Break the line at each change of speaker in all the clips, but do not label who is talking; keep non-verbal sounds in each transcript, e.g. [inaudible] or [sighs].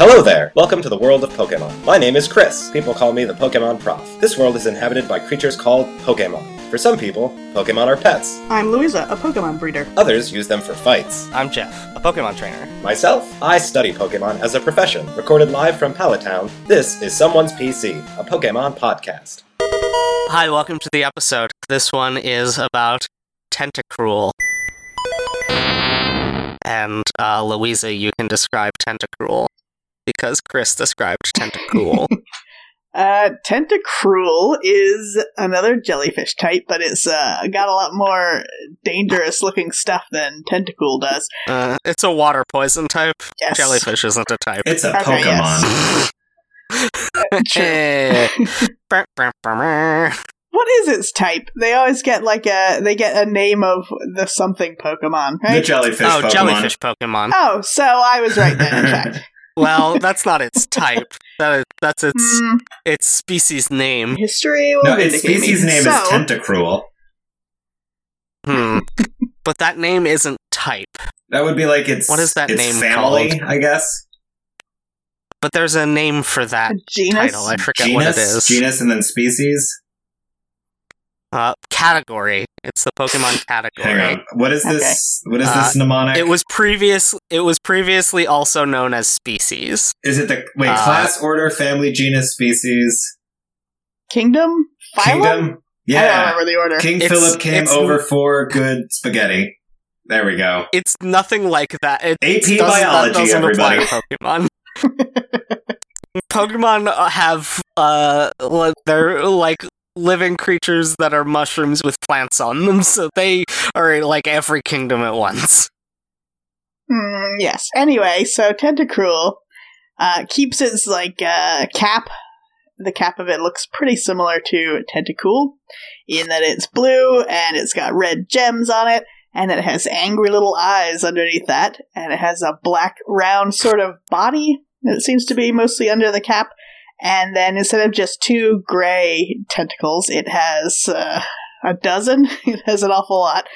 Welcome to the world of Pokemon. My name is Chris. People call me the Pokemon Prof. This world is inhabited by creatures called Pokemon. For some people, Pokemon are pets.
I'm Louisa, a Pokemon breeder.
Others use them for fights.
I'm Jeff, a Pokemon trainer.
Myself, I study Pokemon as a profession. Recorded live from Palatown, this is Someone's PC, a Pokemon podcast.
Hi, welcome to the episode. This one is about Tentacruel. And uh, Louisa, you can describe Tentacruel because Chris described [laughs] Tentacruel.
Uh, Tentacruel is another jellyfish type, but it's uh, got a lot more dangerous looking stuff than Tentacool does.
uh, it's a water poison type.
Yes.
Jellyfish isn't a type.
It's a
Okay,
Pokemon.
yes. [laughs] True.
Hey. Brr, brr, brr, brr.
What is its type? They always get like a they get a name of the something Pokemon,
The
right?
jellyfish
oh,
Pokemon.
jellyfish Pokemon.
oh, so I was right then.
[laughs]
In fact,
well, that's not its type. That is, that's [laughs] its
Hmm,
its species name.
history will
No, its
vindicate me.
species name
so,
is Tentacruel.
Hmm. but that name isn't type.
That would be like its
What is that
its
name
family, I guess.
But there's a name for that
genus.
title. I forget
Genus,
what it is.
genus, and then species.
Uh, category. It's the Pokemon
[sighs] Hang
category.
on. What is this? What is this mnemonic?
Uh, It was previous. It was previously also known as species.
is it the wait
uh,
class, order, family, genus, species,
Kingdom, phylum.
kingdom?
I don't
Yeah.
remember the order.
King
It's-
Philip came
it's-
over for good spaghetti. There we go.
It's nothing like that. It
AP
doesn't,
biology,
that doesn't
everybody.
apply to Pokemon.
[laughs]
Pokemon uh, have uh, li- they're like living creatures that are mushrooms with plants on them, so they are in, like every kingdom at once.
Mm, yes. Anyway, so Tentacruel uh, keeps its like uh, cap. The cap of it looks pretty similar to Tentacool in that it's blue and it's got red gems on it, and it has angry little eyes underneath that, and it has a black round sort of body that seems to be mostly under the cap. And then instead of just two gray tentacles, it has uh, a dozen. [laughs] it has an awful lot.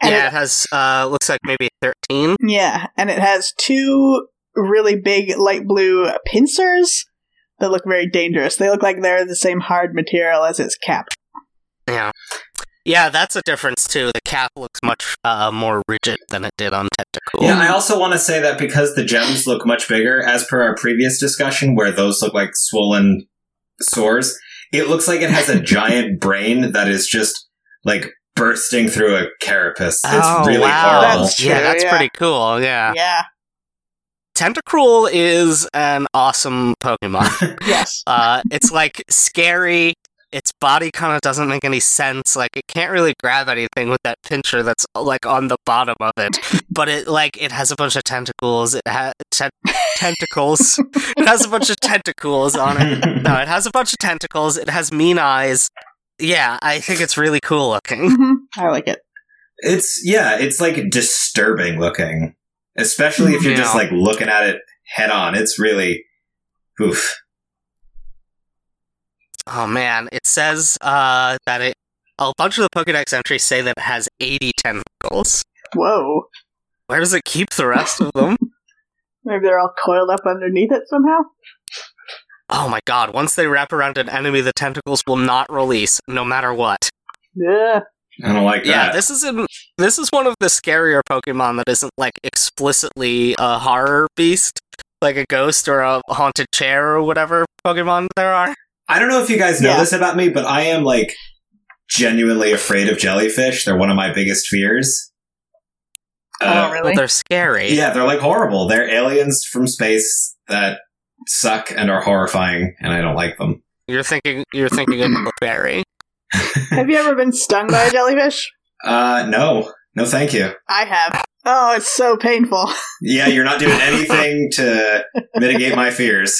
And it
yeah, it has uh, looks like maybe thirteen.
yeah, and it has two really big light blue pincers that look very dangerous. They look like they're the same hard material as its cap.
Yeah. Yeah, that's a difference too. The cap looks much uh, more rigid than it did on Tentacool.
Yeah, I also want to say that because the gems look much bigger, as per our previous discussion, where those look like swollen sores, it looks like it
[laughs]
has a giant brain that is just like bursting through a carapace. It's really horrible.
That's
Oh, yeah,
true,
that's
yeah.
pretty cool. Yeah.
Yeah.
Tentacruel is an awesome
[laughs]
Pokemon.
Yes.
uh, it's like scary. Its body kind of doesn't make any sense. Like it can't really grab anything with that pincher that's like on the bottom of it. But it like it has a bunch of tentacles. It has
[laughs]
tentacles. it has a bunch of tentacles on it. No, it has a bunch of tentacles. It has mean eyes. Yeah, I think it's really cool looking. [laughs]
Mhm. I like it.
[laughs] it's yeah, it's like disturbing looking, especially if you're just
Yeah.
like looking at it head on. It's really oof.
Oh man, it says uh, that it. A bunch of the Pokedex entries say that it has 80 tentacles.
Whoa.
Where does it keep the rest of them?
Maybe they're all coiled up underneath it somehow.
oh my god, once they wrap around an enemy, the tentacles will not release, no matter what.
Yeah.
I don't like
Yeah,
that.
this isn't. This is one of the scarier Pokemon that isn't like explicitly a horror beast, like a ghost or a haunted chair or whatever Pokemon there are.
I don't know if you guys know
Yeah.
this about me, but I am like genuinely afraid of jellyfish. They're one of my biggest fears. Uh,
oh,
But
really?
they're scary.
yeah, they're like horrible. They're aliens from space that suck and are horrifying, and I don't like them.
You're thinking. You're thinking of
[clears throat]
Berry.
have you ever been stung by a jellyfish?
Uh, no, no, thank you.
I have. Oh, it's so painful. [laughs]
Yeah, you're not doing anything to mitigate
[laughs]
my fears.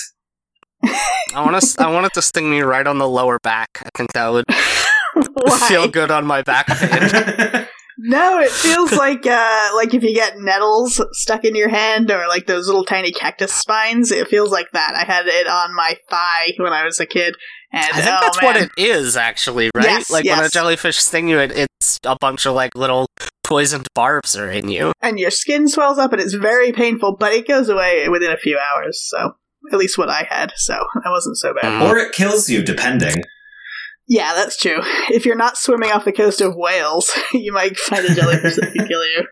[laughs]
I want to. I want it to sting me right on the lower back. I think that would
Why?
feel good on my
[laughs]
back. pain.
No, it feels [laughs] like uh, like if you get nettles stuck in your hand or like those little tiny cactus spines. It feels like that. I had it on my thigh when I was a kid, and
I think
oh,
that's
man.
what it is, actually, right?
Yes,
like when a
yes.
jellyfish sting you, it, it's a bunch of like little poisoned barbs are in you.
and your skin swells up, and it's very painful, but it goes away within a few hours. So at least what I had, so that wasn't so bad.
Mhm.
Or it kills you, depending.
Yeah, that's true. If you're not swimming off the coast of Wales, [laughs] you might find a jellyfish that can kill you.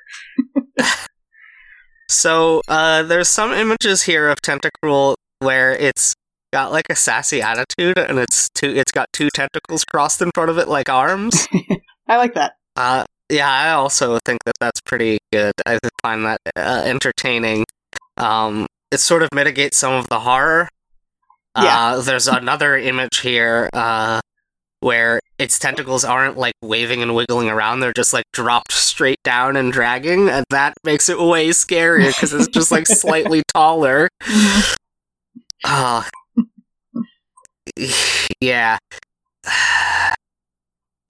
So uh, there's some images here of Tentacruel where it's got like a sassy attitude, and it's two. It's got two tentacles crossed in front of it like arms.
I like that.
uh, yeah, I also think that that's pretty good. I th- find that uh, entertaining. Um, it sort of mitigates some of the horror.
Yeah.
Uh, there's another image here uh, where its tentacles aren't like waving and wiggling around; they're just like dropped straight down and dragging, and that makes it way scarier because it's just like slightly taller. Ah, [sighs] yeah.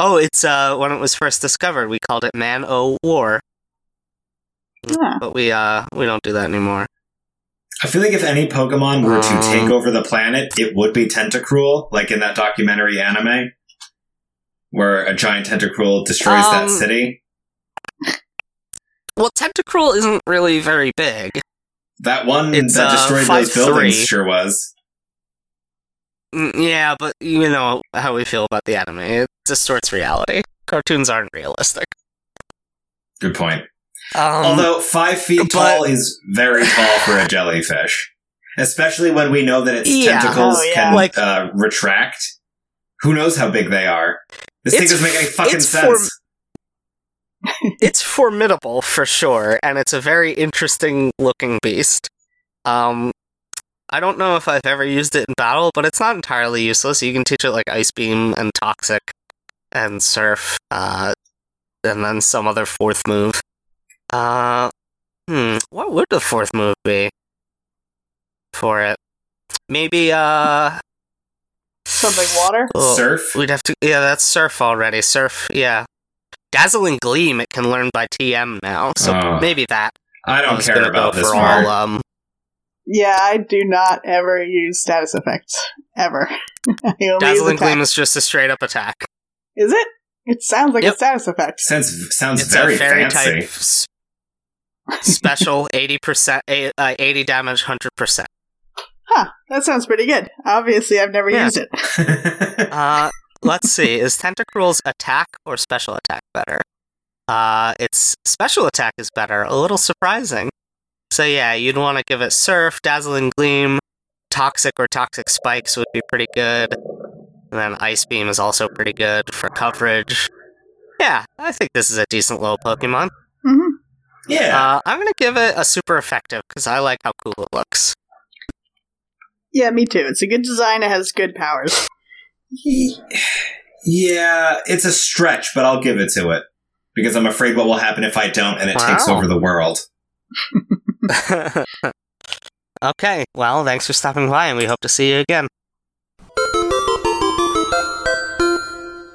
Oh, it's uh when it was first discovered, we called it Man O War,
Yeah.
but we uh we don't do that anymore.
I feel like if any Pokemon were to take
Um,
over the planet, it would be Tentacruel, like in that documentary anime, where a giant Tentacruel destroys
Um,
that city.
Well, Tentacruel isn't really very big.
That one
it's,
that
uh,
destroyed those
5'3".
buildings sure was.
Mm, Yeah, but you know how we feel about the anime. It distorts reality. Cartoons aren't realistic.
Good point.
Um,
Although five feet
but-
tall is very tall for a jellyfish, especially when we know that its
Yeah.
tentacles
Oh, yeah.
can
Like-
uh, retract. Who knows how big they are? This thing
It's
doesn't make any
f-
fucking
it's
sense.
form- it's formidable for sure, and it's a very interesting looking beast. Um, I don't know if I've ever used it in battle, but it's not entirely useless. You can teach it like ice beam and toxic, and surf, uh, and then some other fourth move. Uh, hmm, what would the fourth move be for it? Maybe uh,
Something water.
oh.
Surf.
We'd have to. Yeah, that's surf already. Surf. Yeah, dazzling gleam. It can learn by TM now, so
Oh.
maybe that.
I don't
was
care
gonna
about
go
this
for
part.
all. Um,
Yeah, I do not ever use status effects. Ever. [laughs] I only
dazzling
use attack.
gleam is just a straight up attack.
Is it? It sounds like
Yep.
a status effect.
Sounds sounds
It's
very
a fairy
fancy.
type s- special, eighty percent, uh, eighty damage, hundred percent.
Huh, that sounds pretty good. Obviously, I've never
Yeah.
used it. [laughs]
Uh, let's see. Is Tentacruel's attack or special attack better? Uh, its special attack is better. A little surprising. So yeah, you'd want to give it Surf, Dazzling Gleam, Toxic or Toxic Spikes would be pretty good. And then Ice Beam is also pretty good for coverage. Yeah, I think this is a decent little Pokemon.
hmm
yeah.
Uh, I'm gonna give it a super effective because I like how cool it looks. [laughs]
Yeah, me too. It's a good design. It has good powers.
yeah, it's a stretch, but I'll give it to it. Because I'm afraid what will happen if I don't and it takes
Wow.
over the world.
okay, well, thanks for stopping by, and we hope to see you again.